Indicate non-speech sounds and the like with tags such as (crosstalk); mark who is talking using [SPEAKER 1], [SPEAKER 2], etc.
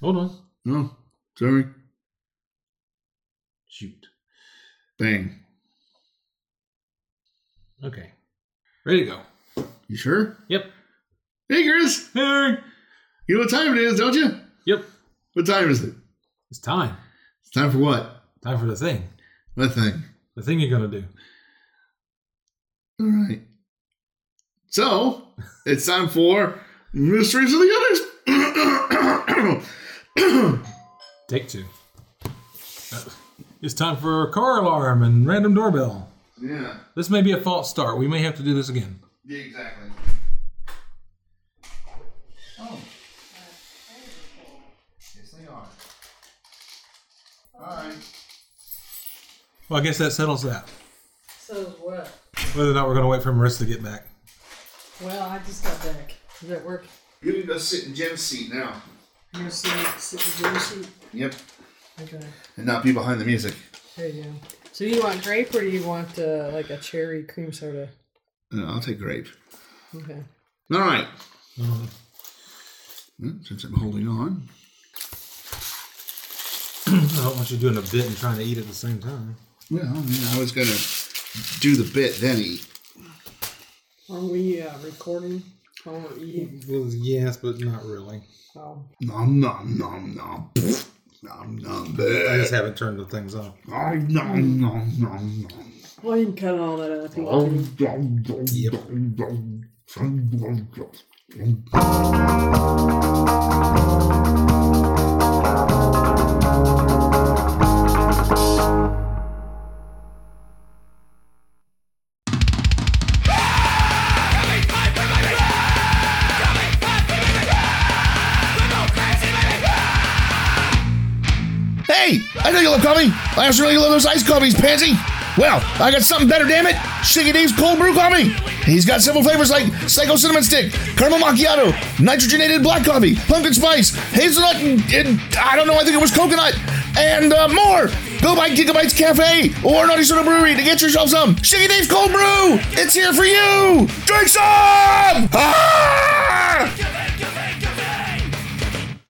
[SPEAKER 1] Hold on.
[SPEAKER 2] No, Oh, sorry.
[SPEAKER 1] Shoot.
[SPEAKER 2] Bang.
[SPEAKER 1] Okay. Ready to go.
[SPEAKER 2] You sure?
[SPEAKER 1] Yep.
[SPEAKER 2] Hey, Chris.
[SPEAKER 1] Hey.
[SPEAKER 2] You know what time it is, don't you?
[SPEAKER 1] Yep.
[SPEAKER 2] What time is it?
[SPEAKER 1] It's time.
[SPEAKER 2] It's time for what?
[SPEAKER 1] Time for the thing.
[SPEAKER 2] What thing?
[SPEAKER 1] The thing you're gonna do.
[SPEAKER 2] All right. So it's time for mysteries of the others.
[SPEAKER 1] Take two. Uh, It's time for car alarm and random doorbell.
[SPEAKER 2] (coughs) yeah.
[SPEAKER 1] This may be a false start. We may have to do this again.
[SPEAKER 2] Yeah. Exactly. Oh. Yes, they are. All right.
[SPEAKER 1] Well, I guess that settles that.
[SPEAKER 3] So what?
[SPEAKER 1] Whether or not we're gonna wait for Marissa to get back. (laughs)
[SPEAKER 3] Well, I just got back. Is that work?
[SPEAKER 2] You need to go sit in Jim's seat now.
[SPEAKER 3] You're gonna sit, sit in the dress seat?
[SPEAKER 2] Yep.
[SPEAKER 3] Okay.
[SPEAKER 2] And not be behind the music.
[SPEAKER 3] There you go. So you want grape or you want uh, like a cherry cream soda?
[SPEAKER 2] No, I'll take grape.
[SPEAKER 3] Okay.
[SPEAKER 2] All right. Well, Since I'm holding on.
[SPEAKER 1] I don't want you doing a bit and trying to eat at the same time.
[SPEAKER 2] Well, I, mean, I was gonna do the bit then eat.
[SPEAKER 3] Are we uh, recording while we're eating?
[SPEAKER 1] Well, yes, but not really.
[SPEAKER 3] Oh,
[SPEAKER 2] Nom nom nom nom. Nom nom.
[SPEAKER 1] I
[SPEAKER 2] bleh.
[SPEAKER 1] just haven't turned the things off.
[SPEAKER 2] Oh, nom nom nom nom.
[SPEAKER 3] well, you can cut all that out if you
[SPEAKER 2] Oh,
[SPEAKER 3] want
[SPEAKER 2] nom, nom,
[SPEAKER 1] Yep.
[SPEAKER 2] nom, nom. Nom, nom, nom.
[SPEAKER 4] Hey, I know you love coffee. Last really love those iced coffees, pansy. Well, I got something better, damn it. Shiggy Dave's cold brew coffee. He's got several flavors like Psycho Cinnamon Stick, Caramel Macchiato, Nitrogenated Black Coffee, Pumpkin Spice, Hazelnut, and, and I don't know, I think it was coconut, and uh, more. Go by Gigabytes Cafe or Naughty Soda Brewery to get yourself some Shiggy Dave's cold brew. It's here for you. Drink some! Ah!